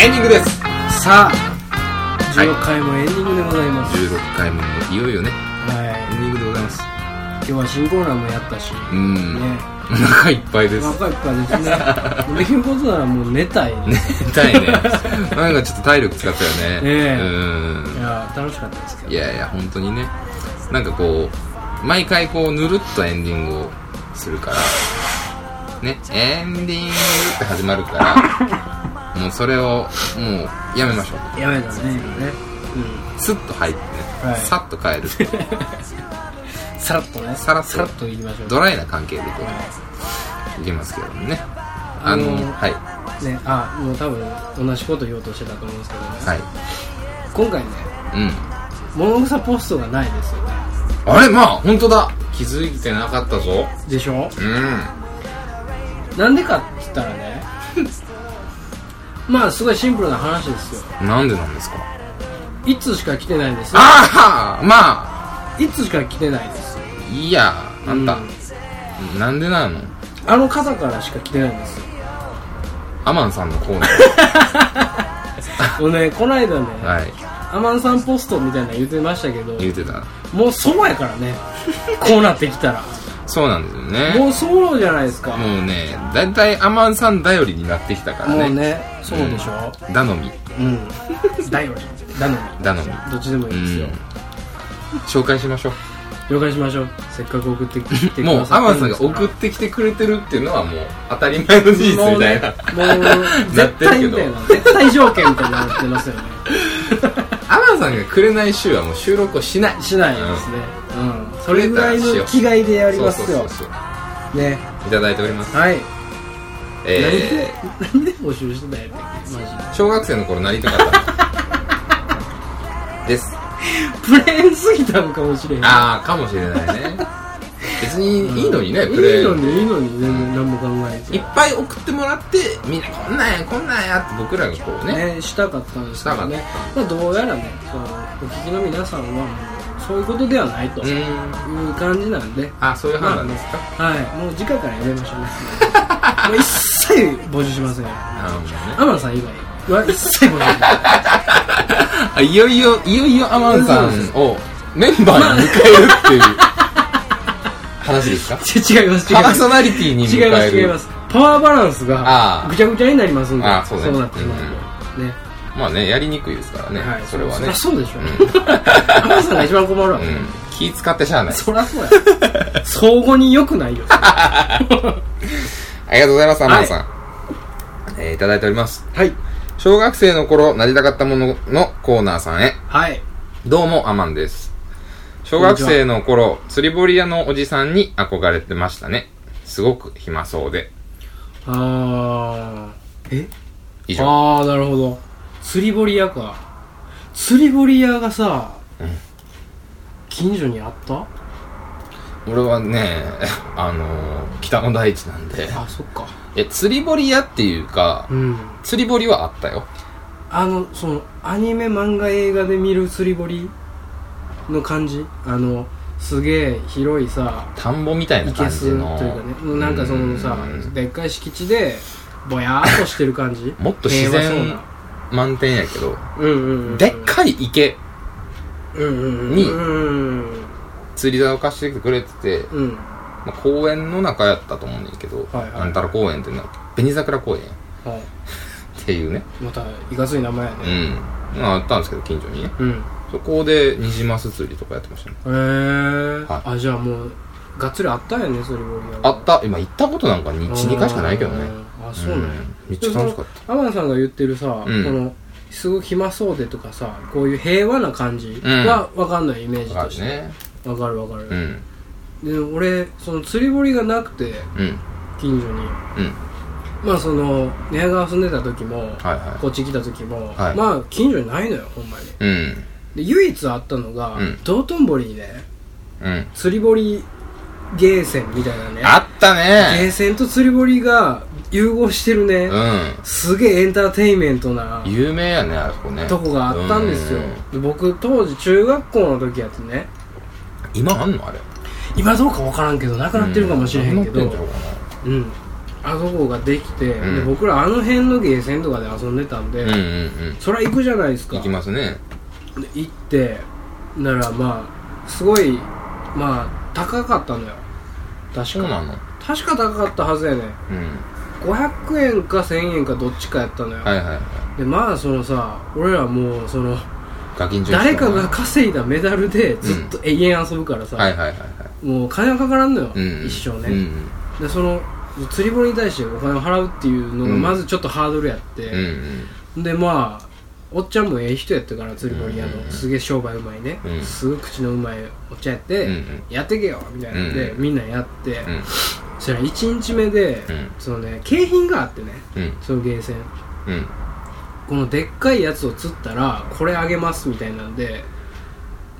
エンディングですさあ、16回もエンディングでございます。 16回目もいよいよねエンはディングでございますい。今日は新コーナーもやったし、うね。んお腹いっぱいです 若いっぱいですね。できることならもう寝たいね。寝たいねなんかちょっと体力使ったよねねえうんいや、楽しかったですけど。いやいや本当にねなんかこう毎回こうぬるっとエンディングをするからねエンディングって始まる からもうそれをもうやめましょうやめたね、今ね。スッと入ってね、はいさっと帰るっていううん。さらっとね。さらっとさらっと言いましょう。ドライな関係でこはういけますけどもねあのあのはいいね、あ、もう多分同じこと言おうとしてたと思うんですけどね。はい今回ね、うん物草ポストがないですよね。あれまあ本当だ気づいてなかったぞでしょうんなんでかって言ったら ね、まあすごいシンプルな話ですよ。なんでなんですか一通しか来てないんですよ。ああまあ一通しか来てないですよ。いいやあんた、うんなんでなのあの方からしか来てないんで すよ。アマンさんのコーナもうね、この間ね、 ーはいアマンさんポストみたいなの言ってましたけど、言うてたもうそうやからね、 こうなってきたら。そうなんですよもねうそうじゃないですか。もうねだいたいアマンさん頼りになってきたからもねうね、そうでしょ。頼みうん。だより、だのみ。頼みどっちでもういいですよん。紹介しましょう了解しましょう。せっかく送ってきてくもだうさアマってるンさんがですか送らってきてくれてるっていうのはもう当たり前の事実みもうたいねな、もうなっ絶てる対けみどたいな絶対条件みたいになってますよねアマンさんがくれない週はもう収録をしないしないですねうん、それぐらいの気概でやりますそうそようそうそうねいただいておりますはい、何えで何で募集してたんやったっけマー、小学生の頃なりたかったですジでプレーンすぎたのかもしれへんああかもしれないね別にいいのにね、いプレいのーにいいのに全然何も考えずいっぱい送ってもらってみんなこんなんやこんなんやって僕らがこうねねしたかったんですけどねしまあどうやらねそのお聞きの皆さんはそういうことではないとういんう感じなんであそういう判断ですか、はい、もう次回からやめましょうね。 もう一切募集しませんよ。あーもうねアマンさん以外は一切募集しません。あいよいよいよいよアマンさんをメンバーに迎えるっていう話ですかち 違います、違いパーます。ソナリティに迎違いまえす、る違います。パワーバランスあがーぐちゃぐちゃになりますんで、あーそうねなってしまうと。ね。まあねやりにくいですからね、はい、それはそりねゃそうでしょ。アマンさんが一番困るわう。ん、気使ってしゃあないそりゃそ うや。相互に良くないよ。はありがとうございますアマンさん、えーいただいておりますい。小学生の頃なりたかったもののコーナーさんへはい。どうも、アマンです。小学生の頃、釣り堀屋のおじさんに憧れてましたね。すごく暇そうで。あー。え以上。ああなるほど釣り堀屋か釣り堀屋がさ、うん近所にあった俺はね、 あのー、北の大地なんで。あそっかえ、釣り堀屋っていうか、うん釣り堀はあったよ。あのそのアニメ漫画映画で見る釣り堀の感じあのすげえ広いさ田んぼみたいいなけ感すじというの。かねなんかそのさうんでっかい敷地でぼやーっとしてる感じ もっと自平和そう然な満点やけど、うんうんうんでっかい池、うんうんうんにうん釣り竿貸してきてくれてて、うんうんまあ、公園の中やったと思うねんだけど、はいはいあんたら公園っていうのは、紅桜公園はっていうね。いまたいかつい名前やねうん。まあ、あったんですけど、近所にね。うんそこで、ニジマス釣りとかやってましたね。へえ、はあじゃあもうがっつりあったんやねそれよりあった、今行ったことなんか1、2回しかないけどね。あそうなんや、うんめっちゃ楽しかったた天野さんが言ってるさ、うんこのすごく暇そうでとかさこういう平和な感じがわかんないイメージわかとるしてね。わかるわかる、うん。で俺その釣り堀がなくてうん。近所にうん。まあその寝屋川住んでた時も、はいはこっち来た時も、はいまあ近所にないのよほんまにい。うん。で唯一あったのが、うん道頓堀にねうん。釣り堀ゲーセンみたいなねあったゲーねセンと釣り堀が融合してるね、う。すげえエンターテインメントなん有名やね、あそこね。とこがあったんですようんで僕当時中学校の時やってね今あんのあれ。今どうか分からんけどなくなってるかもしれへんけどなくなってんちゃうかうんあそこができて、うんで僕らあの辺のゲーセンとかで遊んでたんで、うんうんうんそりゃ行くじゃないですか行きますねで行ってならまあすごいまあ高かったのよ確そうかなの確か高かったはずやねうん500円か1000円かどっちかやったのよ、はいはいはいでまあそのさ俺らもうそのガキンチョ誰かがは稼いだメダルでずっと永遠遊ぶからさ、いはいはいはいもう金がかからんのよ、うんうん一生ね、うんでその釣り堀に対してお金を払うっていうのがうんまずちょっとハードルやって、うんうんでまあおっちゃんもええ人やったから釣り堀屋の、うんすげえ商売うまいね、うんすぐ口のうまいおっちゃんやって、うんうんやってけよみたいなんで、うんみんなやって、うんそしたら1日目で、うんそのね景品があってねうんそのゲーセンうんこのでっかいやつを釣ったらこれあげますみたいなんで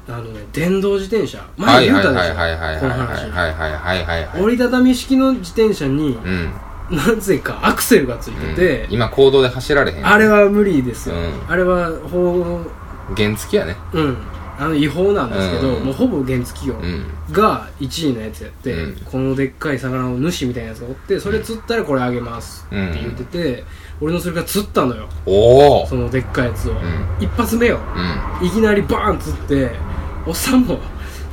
あのね電動自転車はい前言はういたはいでしはいょはいはいこはいのはい話はいはいはいはい折りたたみ式の自転車にうんなぜかアクセルがついてて、今行動で走られへんあれは無理ですよ、うんあれは法原付きやねうんあの違法なんですけど、うんもうほぼ原付業うんが1位のやつやって、うんこのでっかい魚の主みたいなやつがおってそれ釣ったらこれあげますって言ってて、俺のそれが釣ったのよおおそのでっかいやつを、ん一発目ようんいきなりバーン釣っておっさんも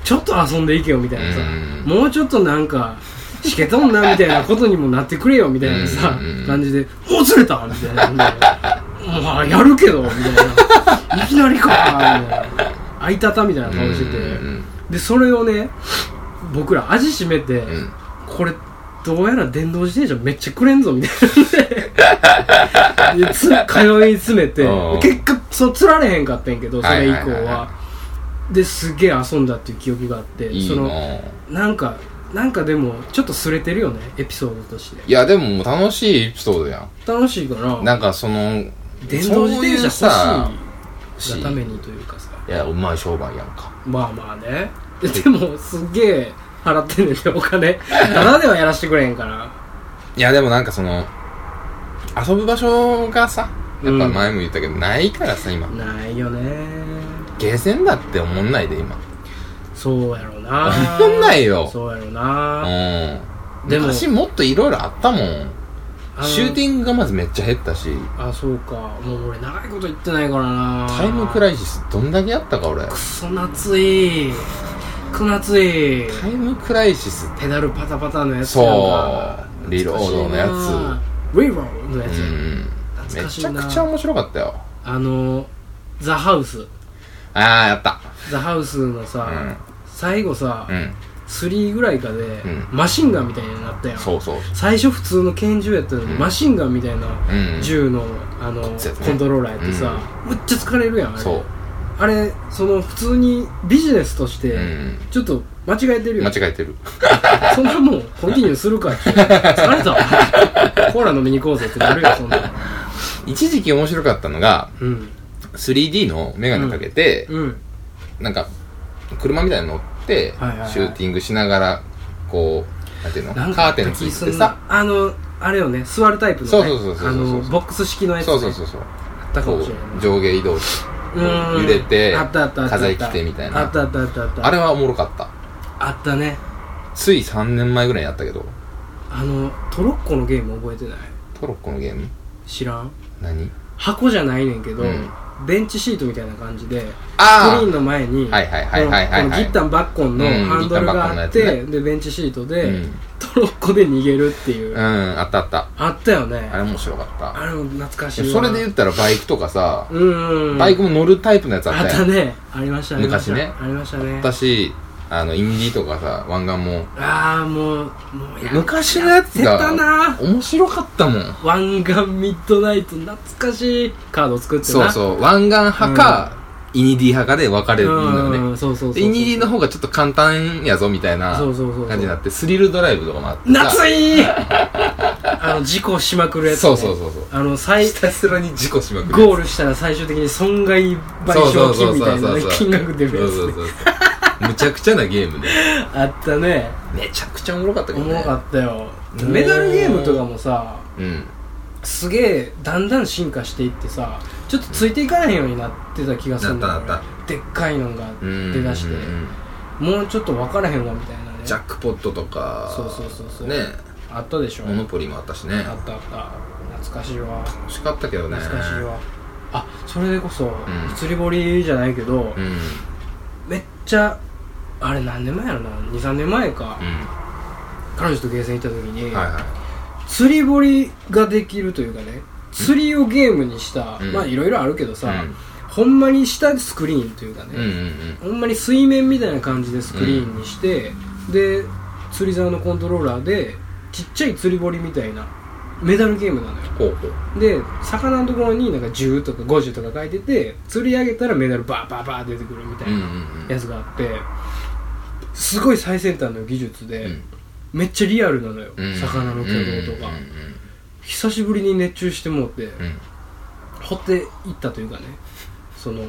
ちょっと遊んでいけよみたいなさ、うんもうちょっとなんかしけとんなみたいなことにもなってくれよみたいなさ、うん感じで「もう釣れた!」みたいなんで「まあやるけど」みたいな「いきなりか!」みたいな「あいたた」みたいな顔してうて、んでそれをね僕ら味しめて、うんこれどうやら電動自転車めっちゃくれんぞみたいなでつ通い詰めてうん結果そう釣られへんかったんやけどそれ以降は,、はいはいはいはですげえ遊んだっていう記憶があっていいそなのなんかなんかでもちょっとすれてるよねエピソードとしていやでも楽しいエピソードや楽しいからんなんかその電動自転車欲しいそういうがたさめにというかさいやうまい商売やんかまあまあねででもすっげえ払ってんねんでお金ただではやらしてくれへんからいやでもなんかその遊ぶ場所がさやっぱ前も言ったけど、ないからさ今ないよねゲーセンだって思んないで今そうやろなそんなんよそうやろなうんでも昔もっといろいろあったもんシューティィングングがまずめっちゃ減ったしあそうかもう俺長いこと言ってないからなタイムクいライシスどんだけあったか俺くそ夏いく夏いタイムクライシスペダルパタパタのやつそやんかうリロードのやつつリロードのやうつ、んめ懐かしいちなゃくちゃ面白かったよあのザ・ハウスああやったザ・ハウスのさ、うん最後さ、うん3ぐらいかで、んマシンガンみたいになったやんそうそう最初普通の拳銃やったのに、うんマシンガンみたいなうん銃の,、あのつやつねコントローラーやってさ、むっちゃ疲れるやんあれそうあれその普通にビジネスとして、うんちょっと間違えてるよ間違えてるそんなもんコンティニューするかって疲れたわ コーラ飲みに行こうぜってなるよそんな一時期面白かったのがうん 3D のメガネかけて、うんなんか車みたいに乗って、はいはいはいシューティングしながらこうなんていうのなんカかーテンついそてんさなあのあれよね座るタイプのねそうそうそうそうあのボックス式のやつ、ね、そうそうそうそうあったかこもしれないう上下移動しうん揺れてあったあったあったあった風来てみたいなあったあったあったあったあれはおもろかったあったねつい3年前ぐらいにやったけどあのトロッコのゲーム覚えてないトロッコのゲーム知らん何箱じゃないねんけど、うんベンチシートみたいな感じでスあクリーンあの前にはいはいはいはいはいはいこのこのギッタンバッコンのうんハンドルがあっギッタンバッコンのて、やでベンチシートうで、ん、トロッコで逃げるっていう、うん、あったあったあったよねあれ面白かっあれも懐かしたいわそれで言ったらバイクとかさ、うんバイクも乗るタイプのやつああっったやたんねありましたありました昔ねありましたねあったしあのインディとかさ湾岸もああもうもうや昔のやつやってたなが面白かったもん湾岸ミッドナイト懐かしいカード作ってなそうそう湾岸派か、イニディ派かで分かれるんだようねんそうそうそうそうイニディの方がちょっと簡単やぞみたいなそうそうそうそう感じになってスリルドライブとかもあってさ夏い あの事故しまくるやつ、ね、そうそうそうそうあの最ひたすらに事故しまくるゴールしたら最終的に損害賠償金みたいなね金額出るやそつうそうそねうそうむちゃくちゃなゲームであったねめちゃくちゃおもろかったおけどねもろかったようんメダルゲームとかもさうんすげえだんだん進化していってさちょっとついていかないようになってた気がするんだよねなったなっでっかいのがうん出だしてうんもうちょっと分からへんわみたいなねジャックポットとかそうそうそうそうねあったでしょモノポリもあったしねあったあった懐かしいわ欲しかったけどね懐かしいわあそれでこそ、ん釣り堀じゃないけど、うんうんめっちゃあれ何年前やろな23年前か、彼女とゲーセン行った時に、はいはい釣り堀ができるというかね釣りをゲームにした、うんまあいろいろあるけどさ、うんほんまに下スクリーンというかね、うんうんほんまに水面みたいな感じでスクリーンにして、で釣り竿のコントローラーでちっちゃい釣り堀みたいなメダルゲームなのよほうほうで魚のところになんか10とか50とか書いてて釣り上げたらメダルバーバーバー出てくるみたういんうなんうんやつがあってすごい最先端の技術で、うんめっちゃリアルなのよ、うん魚の挙動とか、うんうん久しぶりに熱中してもうて、うんうん掘っていったというかねその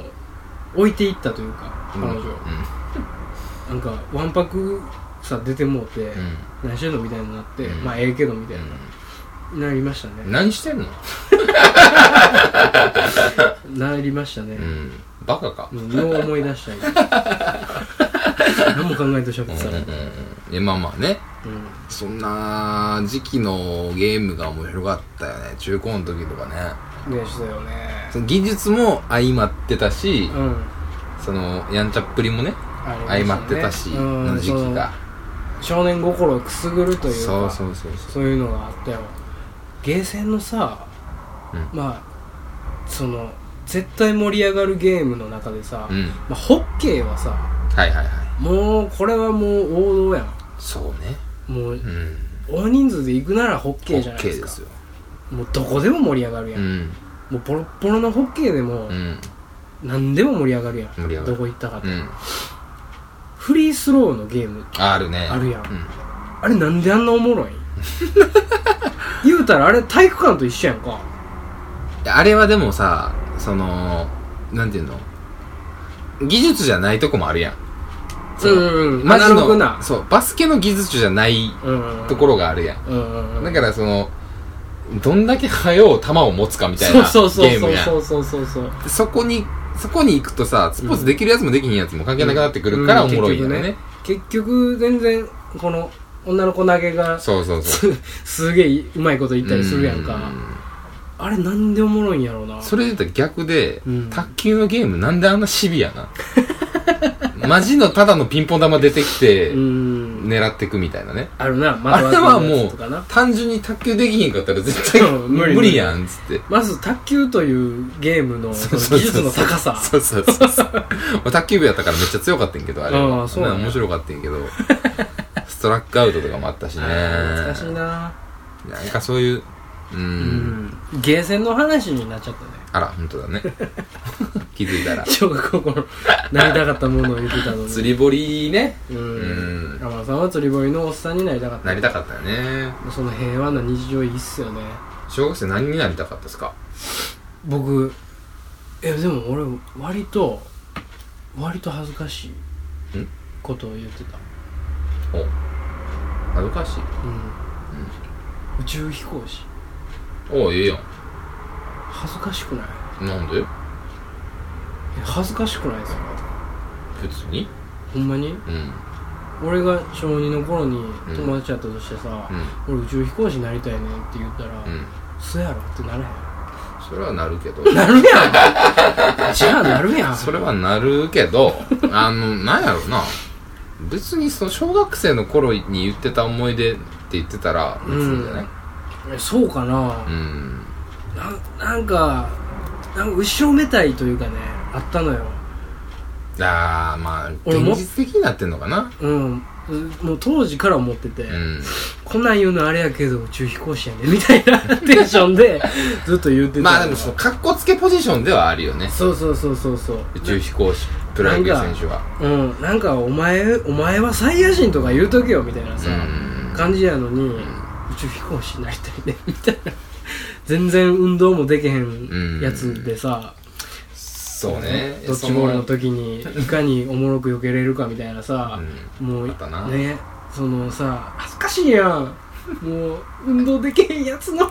置いていったというか彼女を、なんかわんぱくさ出てもうて、うん何してんのみたいになって、うんまあええけどみたいな、うなりましたねん何してんのなりましたね、うんバカかうん、よう思い出し た今何も考えとしゃべってたら、うんいやまあまあねそんな時期のゲームが面白かったよね中高の時とかねでしたよねその技術も相まってたしうんそのやんちゃっぷりもねあ相りまましったねてたしうんの時期がその少年心をくすぐるとそういうかそうそうそうそういうのがあったよゲーセンのさ、うんまあその絶対盛り上がるゲームの中でさ、うんまあ、ホッケーはさはいはいはいもうこれはもう王道やそうねんもううん大人数で行くならホッケーじゃない OK ですでかすよもうどこでも盛り上がるや、うんんもうボロッボロのホッケーでもうん何でも盛り上がるやん、盛り上がるどこ行ったかって、うんフリースローのゲームあるねあるやんうんあれなんであんなおもろい 言うたらあれ体育館と一緒やんかあれはでもさ、その、なんていうの技術じゃないとこもあるやん。そううんうんマジアナログなの、そう、バスケの技術じゃないうんところがあるやん。うんうんうんだからその、どんだけ早う球を持つかみたいなゲそうそうそうームやそん。うそうそうそうそうでそこに、そこに行くとさ、スポーツできるやつもできひんやつも関係なくなってくるからおうんもろいよね。結局全然この女の子投げ がそうそうそう。すげえうまいこと言ったりするやんかうあれなんでおもろいんやろうなんそれで言ったら逆で、うん卓球のゲームなんであんなシビアな マジのただのピンポン玉出てきて、うん狙っていくみたいなね。あるなまあれはもとかなう、単純に卓球できひんかったら絶対 うん無理無理やん、つって。まず卓球というゲームのそそうそのうそう技術の高さそうそうそう そう。まあ卓球部やったからめっちゃ強かったんやけど、あれあは。あそうなんやね面白かったんやけど。ストラックアウトとかもあったしね。懐かしいななんかそういう、うー。うんんゲーセンの話になっちゃったねあら、本当だね。 気づいたら。小学校の 頃なりたかったものを言ってたのに釣り堀ね。ううんん山田さんは釣り堀のおっさんになりたかったなりたかったよね。その平和な日常いいっすよね小学生何になりたかったですか僕えでも俺割と割と恥ずかしいんことを言ってたお。恥ずかしい。うん、宇宙飛行士おう、ええや恥ずかしくないん。なんでえ恥ずかしくないですか別にほんまにうん。俺が小2の頃に友達やったとしてさ、うん。俺宇宙飛行士になりたいねんって言ったら、うん。そやろってなれへんそれはなるけど。 なるやん じゃあなるやんそれはなるけど、あの、なんやろな。別にその小学生の頃に言ってた思い出って言ってたら、別にじゃないえそうかな、うん。なんなんかなんか後ろめたいというかねあったのよあー、まあ、俺も現実的になってんのかな。うんうもう当時から思ってて、うん。こんなん言うのあれやけど宇宙飛行士やねみたいな テンションでずっと言ってたまあでも、その、かっこつけポジションではあるよね。そうそうそうそうそう宇宙飛行士、プロ野球選手は。うんなんかお前お前はサイヤ人とか言うとけよみたいなさ、うん感じやのに、宇宙飛行士になりたいね みたいな全然運動もできへんやつでさ、そうね。ドッジボールの時にいかにおもろく避けれるかみたいなさ、もうあったなねそのさ恥ずかしいやんもう運動できへん やつの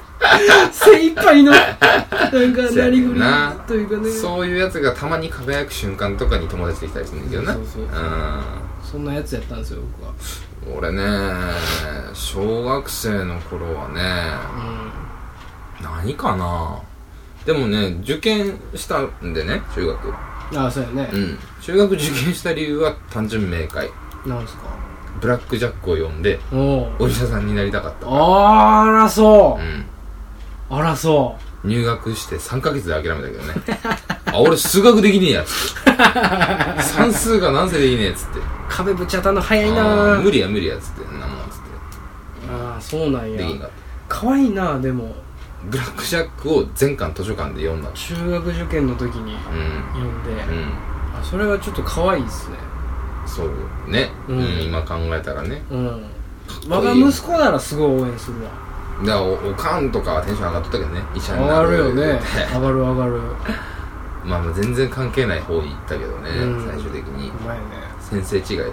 精一杯のなんかそうやなねりんふりなというかそのねそそういうやつがたまに輝く瞬間とかに友達できたりするんだけどな。そうそうそうそんなやつやったんですよ僕は俺ね小学生の頃はうねん何かなでもね受験したんでね中学ああそうやねう、ん中学受験した理由は単純明快なんすかブラックジャックを読んでおおお医者さんになりたかったあらそうう、んあらそ入学して3ヶ月で諦めたけどねあ俺数学できねえやつって算数がなんせできねえっつってう壁ぶち当たんの早いあなー無理や無理やっつってんなもんっつっああそうなんてやできんかっ可愛いなでもたブラックジャックを全巻図書館で読んだの中学受験の時にうん読んで、うんあそれはちょっと可愛いっすねそうね、うんうん今考えたらねうんっこいい我が息子ならすごい応援するわだからおおかんとかはテンション上がっとったけどね医者に上ながるるよねって上がる上がる まあまあ全然関係ない方に行ったけどね、うん最終的にうまいね先生違いだっ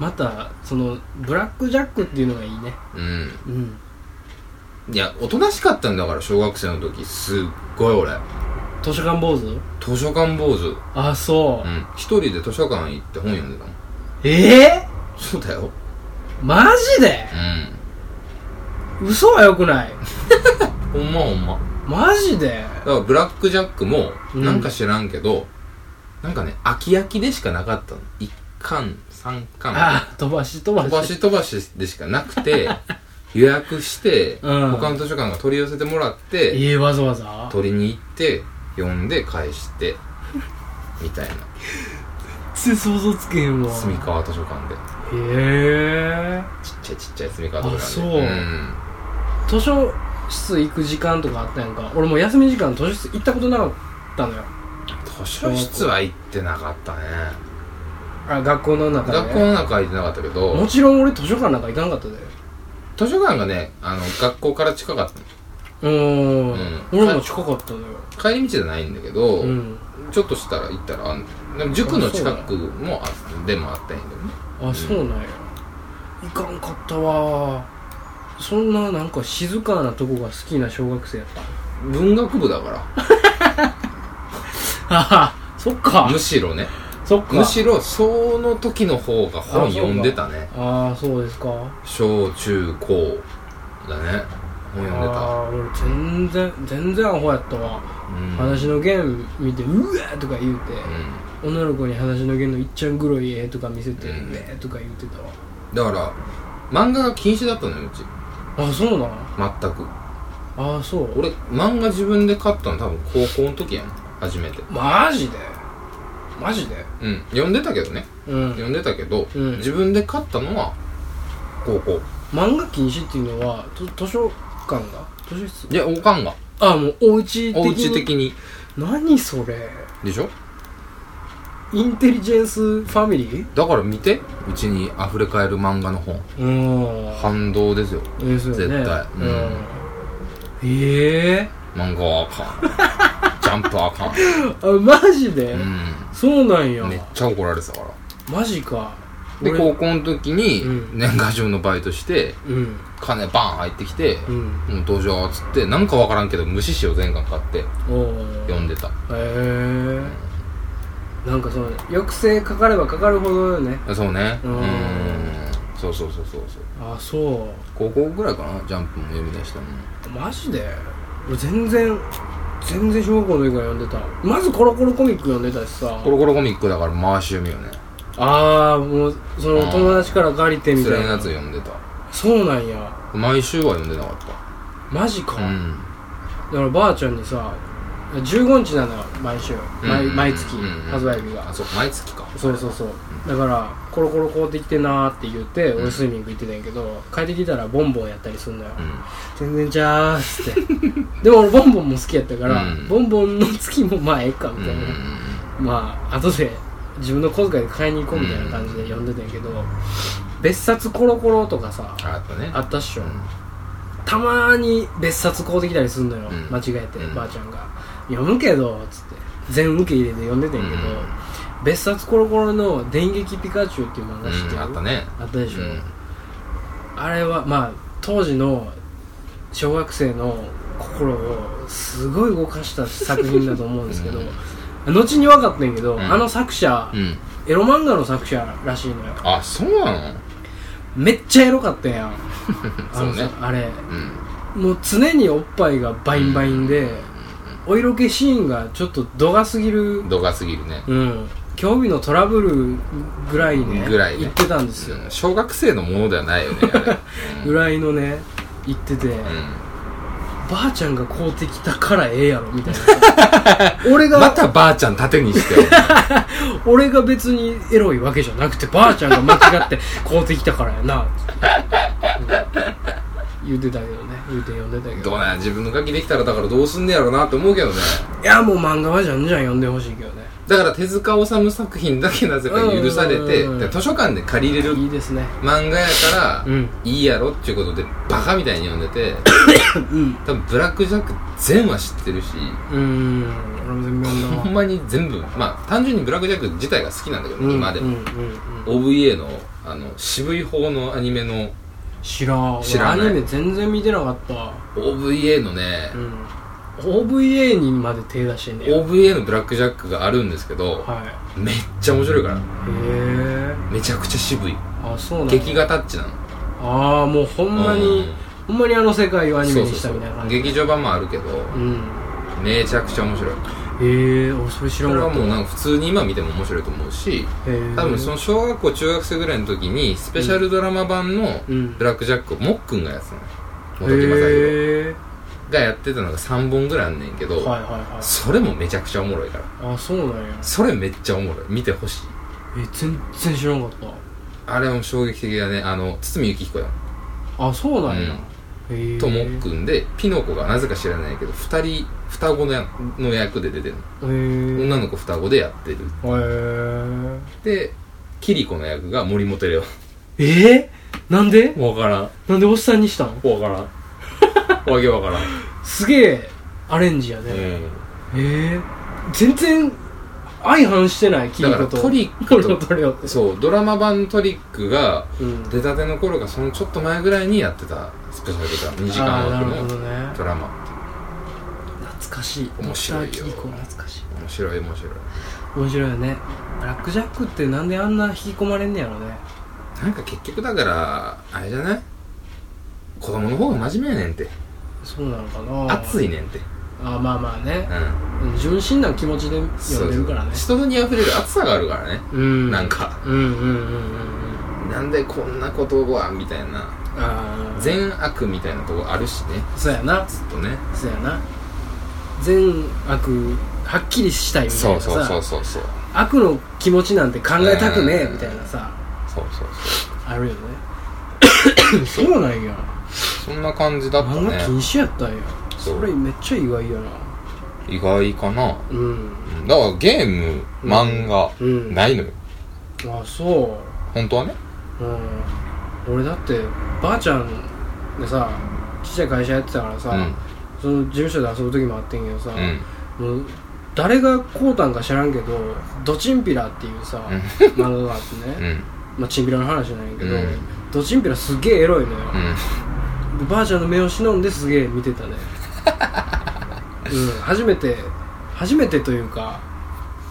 またそのブラックジャックっていうのがいいねたうんうんいやおとなしかったんだから小学生の時すっごい俺図書館坊主図書館坊主あそうう、ん一人で図書館行って本読んでたもんええそうだよマジでう嘘はよくないんほんまほんまマジでだからブラックジャックもうんなんか知らんけど、なんかね空き空きでしかなかったの一巻三巻あ飛ばし飛ばし飛ばし飛ばしでしかなく て予約して、うん他の図書館が取り寄せてもらってええわざわざ取りに行って読んで返してみ たいな全然想像つけへんわ住川図書館でへえちっちゃいちっちゃい住川図書館で図書室行く時間とかあったやんか俺もう休み時間図書室行ったことなかったのようん、図書室は行ってなかったねあ学校の中で学校の中は行ってなかったけもどちろん俺図書館なんか行かなかったで図書館がねあの学校から近かったのうーんうん俺も近かったのよ帰り道じゃないんだけど、うんちょっとしたら行ったらあんでも塾の近くもあでもあったんやけどねあそうなんや行かんかったわそんななんか静かなとこが好きな小学生やった文学部だからははそっかむしろねそっかむしろその時の方が本読んでたねああそうですか小中高だね本読んでた、ああ俺全然全然アホやったわうん、話の弦見て「うわ!」とか言うてう女の子に話の弦のいっちゃん黒い絵とか見せて「うんうわ!」とか言うてたわん、だから漫画が禁止だったのようちあそうなん全くああそう俺漫画自分で買ったの多分高校の時やん初めてマジでマジでうん読んでたけどねうん読んでたけど、うん自分で買ったのは高校漫画禁止っていうのはと図書館が図書室いやおかんがあもうお家的におうち的に何それでしょインテリジェンスファミリーだから見てうちに溢れ返る漫画の本うーん反動ですよですよね絶対ううんん、ええ漫画はあか んジャンプはあかんあマジで、うそうなんやんめっちゃ怒られてたからマジかで俺高校の時にうん年賀状のバイトしてうん金バーン入ってきて「うんもうどうしよう」っつってなんかわからんけど無視しよう全巻買っておお読んでたへえなんかその抑制かかればかかるほどよねそうねううんんそうそうそうそうそうあそ高校ぐらいかなジャンプも読み出したのうマジで俺全然全然小学校の時から読んでたまずコロコロコミック読んでたしさコロコロコミックだから回し読みよねああもうそあのー友達から借りてみた辛いいなやつ読んでたそうなんや毎週は読んでなかっマジか、たうんだからばあちゃんにさ15日なのよ毎週毎,、うん毎月うん発売日があそう毎月かそうそうそうだからコロコロ買うてきてなーって言って俺スイミング行ってたんやけど帰ってきたらボンボンやったりすんのようん全然ちゃーっつって でも俺ボンボンも好きやったから、うんボンボンの月もまあええかうみんたいな、まあ後で自分の小遣いで買いに行こうみたいな感じで呼んでたんやけど、別冊コロコロとかさあやっぱねあったっしょ、うんたまに別冊買うてきたりすんのよ、うん間違えて、うんばあちゃんが「読むけど」つって全受け入れて読んでてんけど、うん別冊コロコロの「電撃ピカチュウ」っていう漫画知ってうるんあったねあったでしょ、うんあれはまあ当時の小学生の心をすごい動かした作品だと思うんですけど、後に分かってんけど、うんあの作者、うんエロ漫画の作者らしいのよあそうなのめっちゃエロかったやんあ のそうねさあれうんもう常におっぱいがバインバインで、お色気シーンがちょっと度が過ぎる度が過ぎるねうん興味のトラブルぐらいねぐらいね言ってたんですよ、うん小学生のものではないよねあれぐらいのね言ってて、 ばあちゃんが買うてきたからええやろみ たいな俺うんまがたばあちゃん盾にしてよ俺が別にエロいわけじゃなくてばあちゃんが間違って買うてきたからやなって、うん言ってたけどね言うて呼んでたけどどうなん自分のガキできたらだからどうすんねやろうなって思うけどねいやもう漫画はじゃんじゃん読んでほしいけどねだから手塚治虫作品だけなぜか許されてうんで図書館で借りれるいいですね漫画やからうんいいやろっていうことでバカみたいに読んでてうん多分ブラック・ジャック全話知ってるしうーん俺も全部読んだわほんまに全部まあ単純にブラック・ジャック自体が好きなんだけど、うん今でも、うんうんうん OVA のあの渋い方のアニメの知らん 知らない俺アニメ全然見てなかった、 OVA のねう、ん、OVA にまで手出してんねや OVA のブラックジャックがあるんですけど、はめっちゃ面白いからいへえめちゃくちゃ渋いあそうなんだ劇画タッチなのああもうほんまに、うんほんまにあの世界をアニメそうにそうしそたみうたいな感じ劇場版もあるけどうんめちゃくちゃ面白いへえ俺それ知こられなかはったもうなんか普通に今見ても面白いと思うしへえ多分その小学校中学生ぐらいの時にスペシャルドラマ版のうんブラックジャックをもっくんがやってたの元木正宏へえがやってたのが3本ぐらいあんねんけど、はいはいはいそれもめちゃくちゃおもろいからあそうなんやそれめっちゃおもろい見てほしいえ全然知らなかっあれも衝撃的だねあの堤幸彦やんたあそうなんや、へえともっくんでピノコがなぜか知らないけど二人双子のやの役で出てるへえ女の子双子でやってるへでキリコの役が森本レオええー、なんで分からんなんでおっさんにしたん分からん わけ分からん、すげえアレンジやね、へうえ全然相反してない聞いだたかこらとトリッこれをク取れよ ってとそうドラマ版のトリックがうん出たての頃がそのちょっと前ぐらいにやってたスペシャルドラマ2時間あーなるほ枠どのねドラマ懐かしい面白いよドクターキリコ懐かしい面白い面白い面白いよねブラック・ジャックってなんであんな引き込まれんねやろねなんか結局だからあれじゃない子供の方が真面目やねんてそうなのかな熱いいねんてあまあまあねうんうん純真な気持ちでそう読んでそうるからね人に溢れる熱さがあるからね、うんなんかうんうんうんうんうんなんでこんなことはみたいなああ善悪みたいなとこあるしねそうやなずっとねそうやな善悪はっきりしたいみたいなさそうそう悪の気持ちなんて考えたくねえうんみたいなさそうそうあるよ ねそうなんやそんな感じだった漫画禁ね止やったんやそうそれめっちゃ意外やな意外かなうんうんだからゲーム漫画、うんないのよあそ本当はねううん俺だってばあちゃんがさちっちゃい会社やってたからさ、うんその事務所で遊ぶ時もあってんけどさ、うんもう誰がこうたんか知らんけどドチンピラっていうさ、漫画があってね、うんまあ、チンピラの話じゃないけど、うんドチンピラすげえエロいのよ、うんでばあちゃんの目を忍んですげえ見 てたねうん初めて初めてというか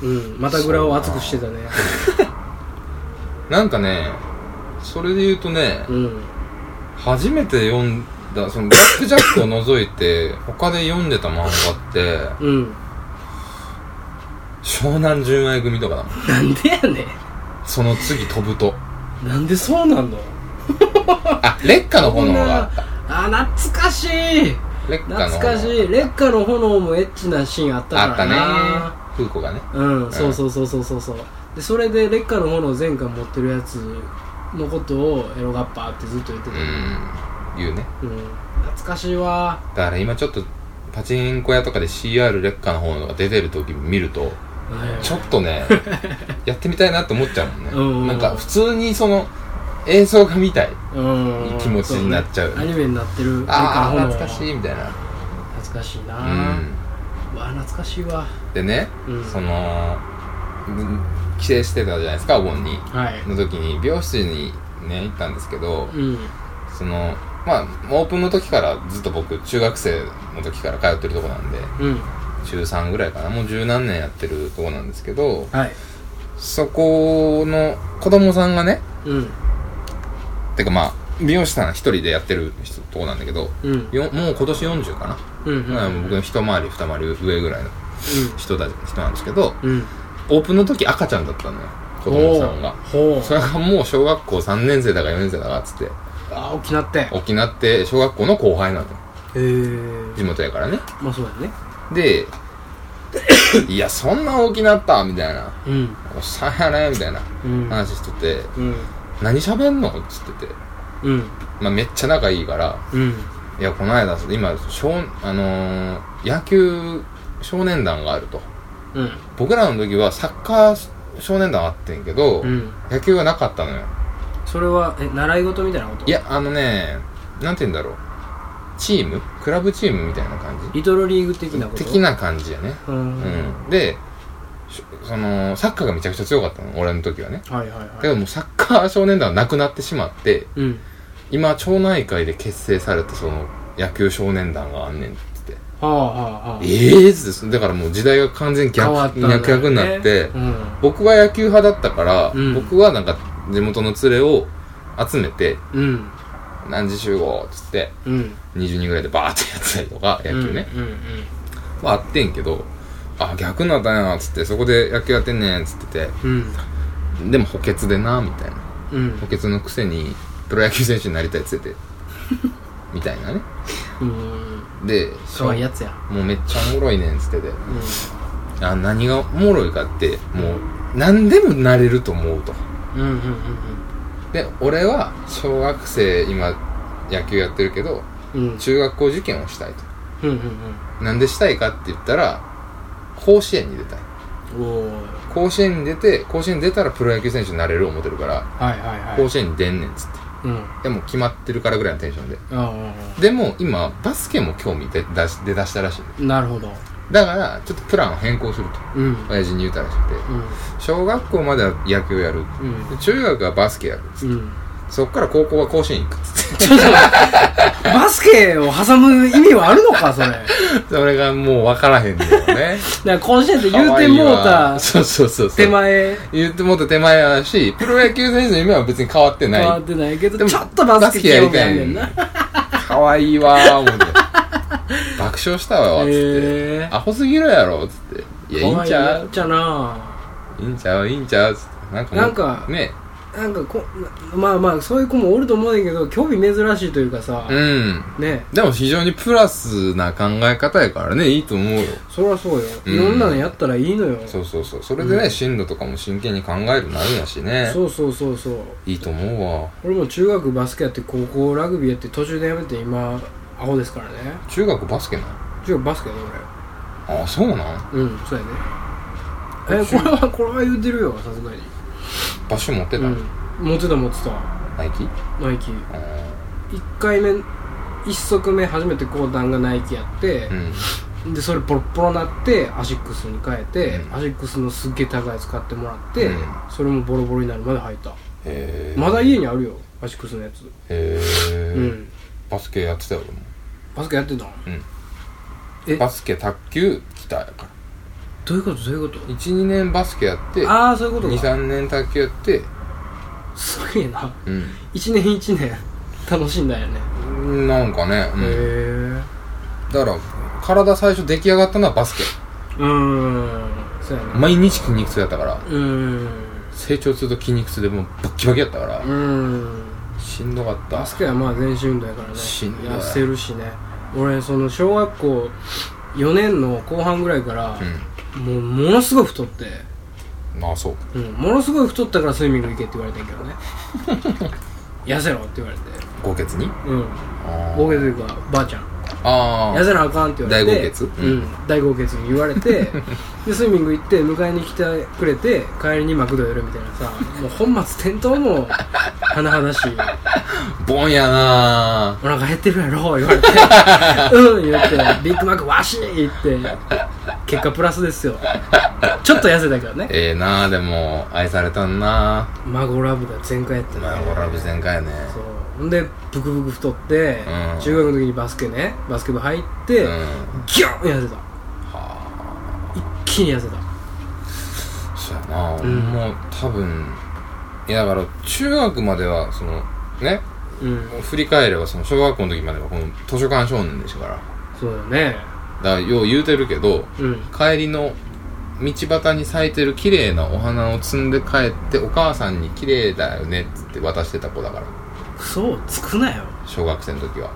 うんまたぐらを熱くしてたねなんかねそれで言うとね、うん初めて読んだその「ブラック・ジャック」を除いて他で読んでた漫画ってうん湘南純愛組とかだもんなんでやねその次飛ぶとんなんでそうなんのあ劣化の炎 があ懐かしい劣化の炎懐かしい劣化の炎もエッチなシーンあったあっかたらねな風子がねうんそうそうそうそうそうそうでそれで劣化の炎を全巻持ってるやつのことをエロガッパーってずっと言ってうた、ん言うねうん懐かしいわだから今ちょっとパチンコ屋とかで CR 劣化の炎が出てる時見るとちょっと ねやってみたいなって思っちゃううんうんもうんんねなんか普通にその映像が見たいうん気持ちになっちゃうよねそねアニメになってるああなんか懐かしいいみたいな懐かしいうな、んわあ懐かしいわでね、うんそのうん帰省してたじゃないですかお盆にはいの時に美容室にね行ったんですけど、うんそのまあオープンの時からずっと僕中学生の時から通ってるとこなんでうん中3ぐらいかなもう十何年やってるとこなんですけどはいそこの子供さんがねうんてかまあ美容師さん一人でやってる人とこなんだけどうんうんよもう今年40かな、うんだから僕の一回り二回り上ぐらいの人だ人なんですけどうんオープンの時赤ちゃんだったのよ子供さんがほうほうそれがもう小学校3年生だか4年生だかっつってああ沖縄ってへ沖縄って小学校の後輩なのえ地元やからねまあそうやねで いやそんな大きなったみたいなうんおっさんやねみたいなうん話しとってうん何喋んのっつってて、うんまあ、めっちゃ仲いいからうんいやこの間今少あのー野球少年団があるとうん僕らの時はサッカー少年団あってんけど、うん野球はなかったのよそれはえ習い事みたいなこといやあのねなんて言うんだろうチームクラブチームみたいな感じリトルリーグ的なこと的な感じやねううんはいんでしそのサッカーがめちゃくちゃ強かったの俺の時はねはいだはけいどもうサッカー少年団はなくなってしまってうん今町内会で結成されたその野球少年団があんねんって言ってはあはあはあええっつってだからもう時代が完全に逆変わったんだよね逆逆になって、うん僕は野球派だったから、うん僕はなんか地元の連れを集めてうん何時集合っつってうん20人ぐらいでバーってやってたりとか野球ね、うんうんはあってんけどあ逆になったんやなっつってそこで野球やってんねんっつっててうんでも補欠でなみたいなうん補欠のくせにプロ野球選手になりたいっつ っててみたいなねうんでかわいいやつやもうめっちゃおもろいねんっつっててうんあ何がおもろいかってもう何でもなれると思うとうんうんで俺は小学生今野球やってるけどうんうん中学校受験をしたいうんうんとなんでしたいかって言ったら甲子園に出たいうんおー甲子園に出て甲子園に出たらプロ野球選手になれる思ってるからはいはいはい甲子園に出んねんっつってうんあでも決まってるからぐらいのテンションでああでも今バスケも興味出出し出だしたらしいんだよあなるほどだからちょっとプランを変更するとうんうん親父に言うたらしくて小学校までは野球やるうんで中学はバスケやるうんそっから高校は甲子園行くっつってバスケを挟む意味はあるのかそれだかそれがもう分からへんのよねら甲子園って 言うてもう可愛いたわそうそうそうそう手前言ってもっと手前やしプロ野球選手の夢は別に変わって変なわいってないけでどもちょっとバスケや興り味たあいるねやんんなかわいいわー思って爆笑したわーつって、へえアホすぎるやろつっていやいいんちゃ可愛いうちゃないいんちゃういいんちゃうつってなんかもうなんかねなんかこまあまあそういう子もおると思うねんけど興味珍しいというかさうんねでも非常にプラスな考え方やからねいいと思うよそりゃそうようんいろんなのやったらいいのよそうそうそうそれでね、うん進路とかも真剣に考えるなるんやしねそうそうそうそういいと思うわ俺も中学バスケやって高校ラグビーやって途中でやめて今アホですからね中学バスケなん中学バスケやであそうなん俺うんそうやねえこれはこれは言ってるよさすがに場所持ってた、うん持ってた持ってたナイキナイキあー1回目1足目初めて高段がナイキやってう、んでそれポロポロなってアシックスに変えて、うんアシックスのすっげえ高いやつ買ってもらって、うんそれもボロボロになるまで履いたへーまだ家にあるよアシックスのやつへえ、うんバスケやってたよ俺もバスケやってたのえバスケ卓球北やからどういうことどういうこと12年バスケやってああそういうことか23年卓球やってすげえなう一年一年 楽しんだよね、んなんかね、うんへえだから体最初出来上がったのはバスケうーんそうやな、毎日筋肉痛やったからうーんう成長すると筋肉痛でもうバッキバキやったから、ーんしんどかったバスケはまあ全身運動やからねしんどい痩せるしね俺その小学校4年の後半ぐらいから、もうものすごい太って、うんまあそううん、ものすごい太ったからスイミング行けって言われてんけどね 痩せろって言われて豪傑にうんあ大げというかばあちゃんあ痩せなあかんって言われて大豪傑ううんん、大豪傑に言われてでスイミング行って迎えに来てくれて帰りにマクド寄るみたいなさもう本末転倒も甚だしいボンやなお腹減ってるやろ言わ れてうん言ってビッグマックわしいって結果プラスですよちょっと痩せたけどねええなでも愛されたんな孫ラブが全開やったねまあ俺は無事全開やねそうほんでブクブク太って、うん中学の時にバスケねバスケ部入って、うんギュン痩せたは一気に痩せたあそうやな、んもう多分いやだから中学まではそのねうん振り返ればその小学校の時まではこの図書館少年でしたからだそうよねからよう言うてるけどうん帰りの道端に咲いてる綺麗なお花を摘んで帰ってお母さんに綺麗だよねっつって渡してた子だから嘘をつくなよ小学生の時は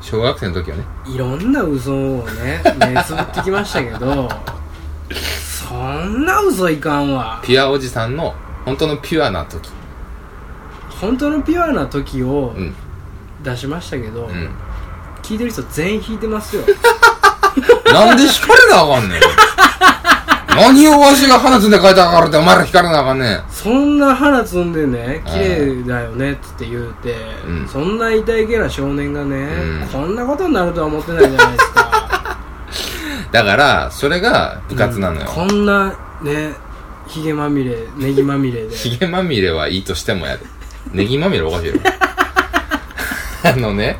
小学生の時はねいろんな嘘をね目つぶってきましたけ どそんな嘘いかんわピュアおじさんの本当のピュアな時本当のピュアな時をうん出しましたけど、うん聞いてる人全員引いてま すよなんで光れなあかんねん何をわしが花摘んで帰ったからってお前ら光れなあかんねんそんな花摘んでね綺麗だよねっつって言うて、うんそんな痛いけな少年がね、うんこんなことになるとは思ってないじゃないです かだからそれが部活なのよ、こんなねひげまみれネギまみれでひげまみれはいいとしてもやで。ネギまみれおかしいよ。 あのね、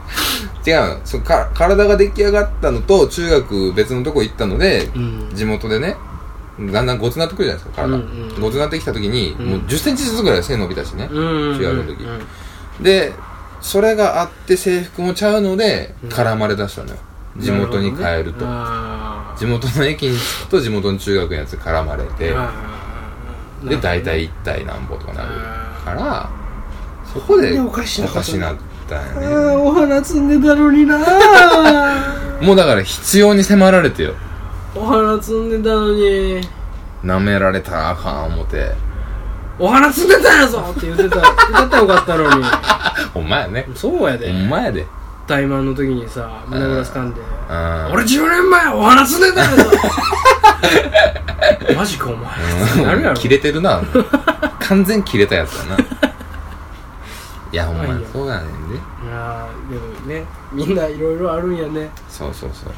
違うのそか。体が出来上がったのと、中学別のとこ行ったので、うん地元でね、だんだんごつなってくるじゃないですか、体。うんうんごつなってきた時に、うんもう10センチずつぐらい背伸びたしね。うん中学の時、で、それがあって制服もちゃうので、うん絡まれだしたのよ。地元に帰ると。あ地元の駅に着くと地元の中学のやつ絡まれて、で、大体一体なんぼとかなるから、そこでおおかかししなことなったんやね。お花摘んでたのにな もうだから必要に迫られてよ。お花摘んでたのに舐められたらあかん思て。お花摘んでたんやぞって言ってた言ってたらよかったのにほんまやね。そうやほでんまやで。怠慢の時にさ胸ぐらつかんでうん。俺10年前お花摘んでたんやぞ マジかお前ってなるやろ 切れてるな。完全切れたやつ だな。いや、ほんまにそうやねんで。いやーでもねみんないろいろあるんやねそうそうそう。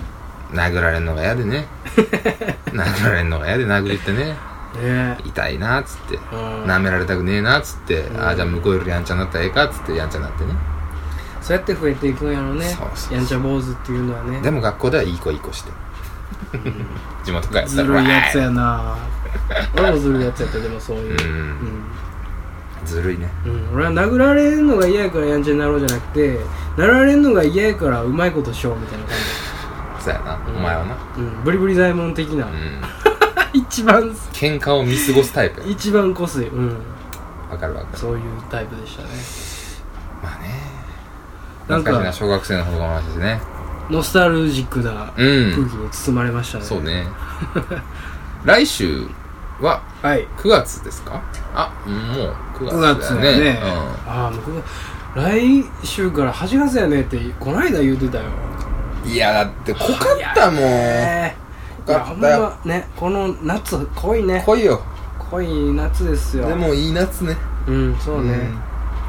殴られんのが嫌で ね。殴られんのが嫌で殴りってね。ね痛いなっつって。うん舐められたくねえなっつって、うんああじゃあ向こうよりやんちゃになったらええかっつってやんちゃになってねそうやって増えていくんやろねそうそうそうやんちゃ坊主っていうのはね でも学校ではいい子いい子して地元帰ったらずるいやつわ やな俺もずるいやつやったでもそうーいいううんずるいねうん、うん、俺は殴られるのが嫌やからやんちゃになろうじゃなくて殴られるのが嫌やからうまいことしようみたいな感そうやな、うんお前はなじ、うん、ブリブリ左衛門的な、うん 一番喧嘩を見過ごすタイプや一番こすいうんわかるわかるそういうタイプでしたねまあねなん懐かかしいな小学生の方が話ですねノスタルジックなう空ん気に包まれましたね、そうね来週ははい9月ですかあもう9 9月月だだねよねああもう9月来週から8月やねってこないだ言うてたようん、いやだって濃かったもんええいよやかほんったよまねこの夏濃いね来いよ濃い夏ですよでもいい夏ねうんそうね、ん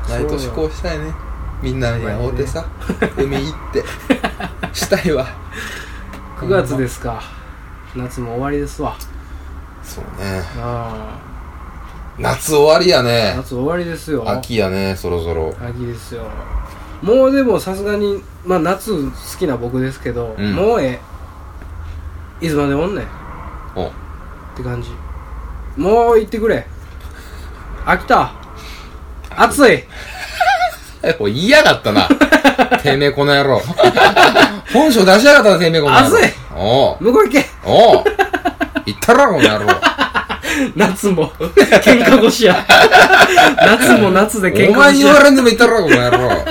毎年こうしたいねみんなに会おうてさ、海行って したいわ9月ですか夏も終わりですわそうねあ夏終わりやあね夏終わりですよ秋やねそろそろ秋ですよもうでもさすがにまあ夏好きな僕ですけど、うんもうええいつまでおんねんっおて感じもう行ってくれ飽きた暑いえこれ言いやがった なてめえこの野郎本性出しやがったなてめえこの野郎熱いおう向こう行けおう言ったらこの野郎 夏も喧嘩腰や夏も夏で喧お嘩前に腰言やわれんでも言ったらこの野郎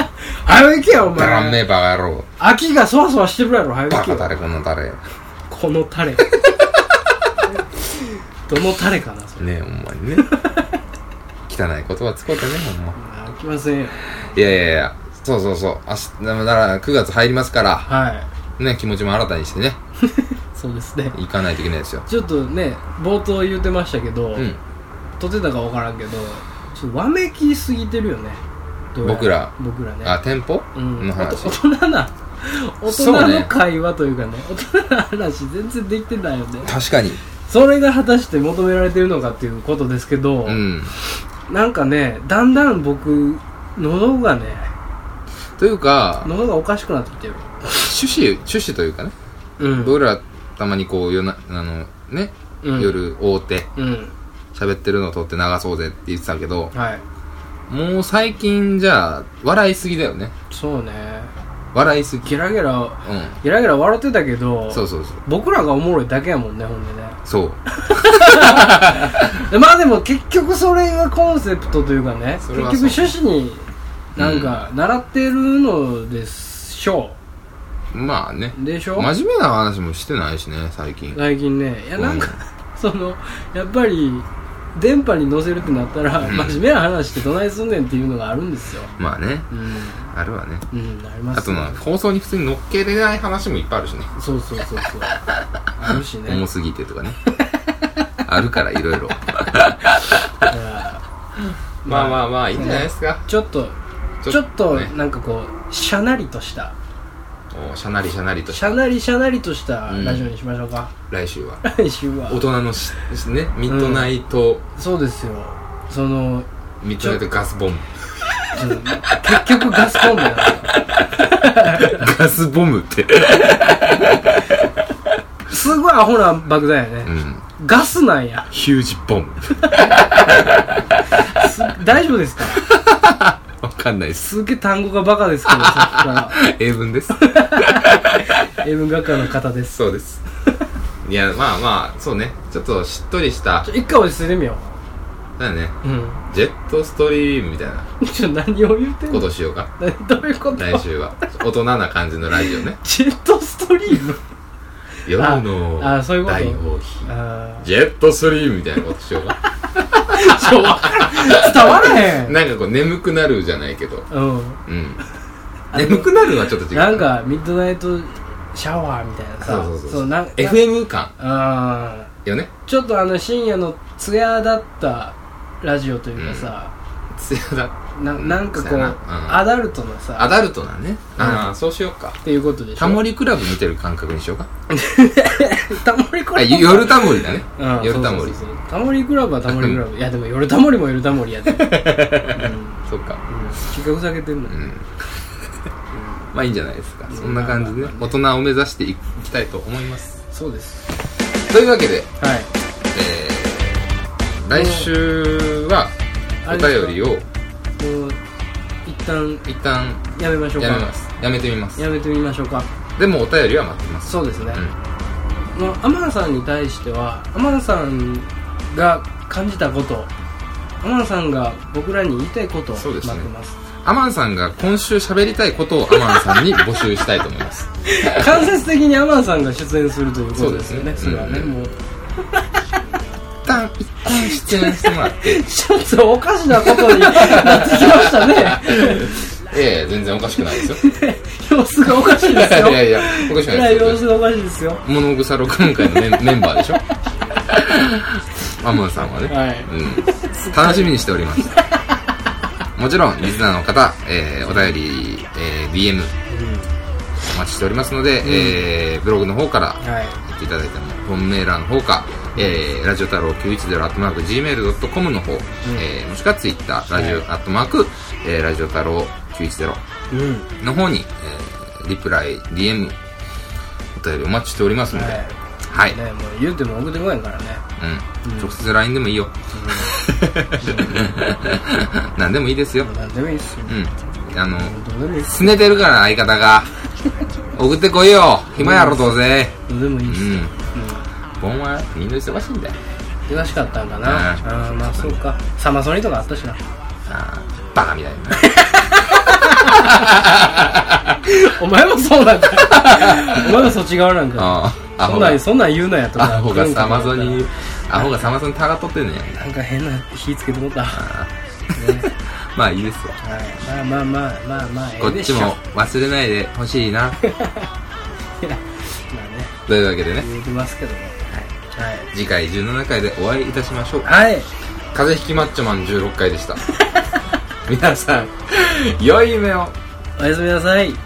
早行け よおだらんね前えバカ野郎秋がそわそわしてるやろ早バ行けカよ誰この誰このタレ どのタレかなそれねえほんまにね汚い言葉使うてねほんま飽きませんよいやいやいや、そうそうそう。明日、だから9月入りますから、はいね、気持ちも新たにしてね、そうですね行かないといけないですよ。ちょっとね冒頭言ってましたけど、うん。撮ってたか分からんけどちょっとわめきすぎてるよねどうや僕ら僕らねあ、店舗うん、の大話。人な大そ人うねの会話というかね大人な話全然できてないよね確かに。それが果たして求められてるのかっていうことですけど、うん。なんかねだんだん僕喉がねというか、喉がおかしくなってきてる趣旨、趣旨というかね、うん僕らたまにこう、夜な、あの、ね、うん夜、大手、うん喋ってるのを撮って流そうぜって言ってたけど、はいもう最近じゃあ笑いすぎだよねそうね笑いすぎゲラゲラうゲラゲラ笑ってたけどんそうそうそう僕らがおもろいだけやもんねほんでねそうでまあでも結局それがコンセプトというかねそ結れは局趣旨になんか習ってるのでしょまあねうでしょ真面目な話もしてないしね最近最近ねいやうんなんか、 そのやっぱり電波に乗せるってなったら、うん真面目な話ってどないすんねんっていうのがあるんですよまあねうんあるわねうんありまあすとねまあ放送に普通に乗っけれない話もいっぱいあるしねそうそうそうそうあるしね重すぎてとかねあるからいろいろだから まあまあまあいいんじゃないですかちょっとちょっとねなんかこうしゃなりとしたおしゃなりしゃなりとしゃなりしゃなりとしたうんラジオにしましょうか、 来週は来週は大人のしねミッドナイト、そうですよそのミッドナイトガスボムちょっと結局ガスコンロなんですよガスボムってすごいアホな爆弾やうね、んガスなんやヒュージボムす大丈夫ですかわかんないですすげえ単語がバカです けどさっきから英文です英文学科の方ですそうですいやまあまあそうねちょっとしっとりしたちょ一回落ち着いてみよだよねううんジェットストリームみたいなちょ何を言ってんこのとしようか何どういうこと来週は大人な感じのラジオねジェットストリーム夜のああそういうこと大放棄あジェットストリームみたいなことしよう かあちょわからん伝わらへんなんかこう眠くなるじゃないけどううん眠くなるのはちょっと違んうなんかミッドナイトシャワーみたいなさそうそうそうなんなん FM 感ああよねちょっとあの深夜のツヤだったラジオというかさ、艶だななんかこう、そうやなうんアダルトのさアダルトなねああそうしようかっていうことでしょタモリクラブ見てる感覚にしようかタモリクあラブゆ夜タモリだねうん夜タモリそうそうそうそうタモリクラブはタモリク ラブいやでも夜タモリも夜タモリやで、うん、そっか企画下げてんの、 うんまあいいんじゃないですかんそんな感じでね大人を目指していきたいと思いますそうですというわけではいえー来週はあおれですか便りをもう一旦一旦やめましょうかやめますやめてみますやめてみましょうかでもお便りは待ってますそうですね、うもう天野さんに対しては天野さんが感じたこと天野さんが僕らに言いたいことをそう待っでてすねますんアマンさんが今週喋りたいことをアマンさんに募集したいと思います間接的に天野さんが出演するということですよねそそうですねれはね、うんもう一旦一旦出演してもら ってちょっとおかしなことになってきましたね ええ全然おかしくないですよ様子がおかしいいですよやいやおかしくえならいいで様す子よがおかしいですよ物草録音会のメンメンバーでしょアマンさんはね、はいうん、楽しみにしておりますもちろんリスナーの方、えーお便り、えー DM お待ちしておりますので、えーブログの方からはいやっていただいたも本メーラーの方か、えー、ラジオ太郎 910-gmail.com の方、えーもしくはツイッター、ラジオ、アットマーク、えーラジオ太郎910うんの方に、えーリプライ、DM、お便りお待ちしておりますので、ははいい。ねもう言うても送ってこないからねうん。うん直接 LINE でもいいよ。 何でもいいですよも。う何でもいいっすようん。あの、どうでもいいっす拗ねてるから相方が。送ってこいよ暇やろ、どうぜ。どうでもいいうっすよん。盆はみんな忙しいんだよ。うん忙しかったんかなねあーまあそうかサマソニとかあったしな あーバカみたいな。お前もそうな んかお前もそっち側なん かああ、アそホんがなん、そんなん言うなやとかアホがサマソに、アホがサマソにたがっとってん ねん。なんか変な火つけてもったはまあいいですわ。いまあまあまあまあまあえこえっでしちょも忘れないでほしいな。いやまあねというわけでね、言うてますけどもはい次回17回でお会いいたしましょう。はい、はい風邪ひきマッチョマン16回でした。皆さん、良い夢を。おやすみなさい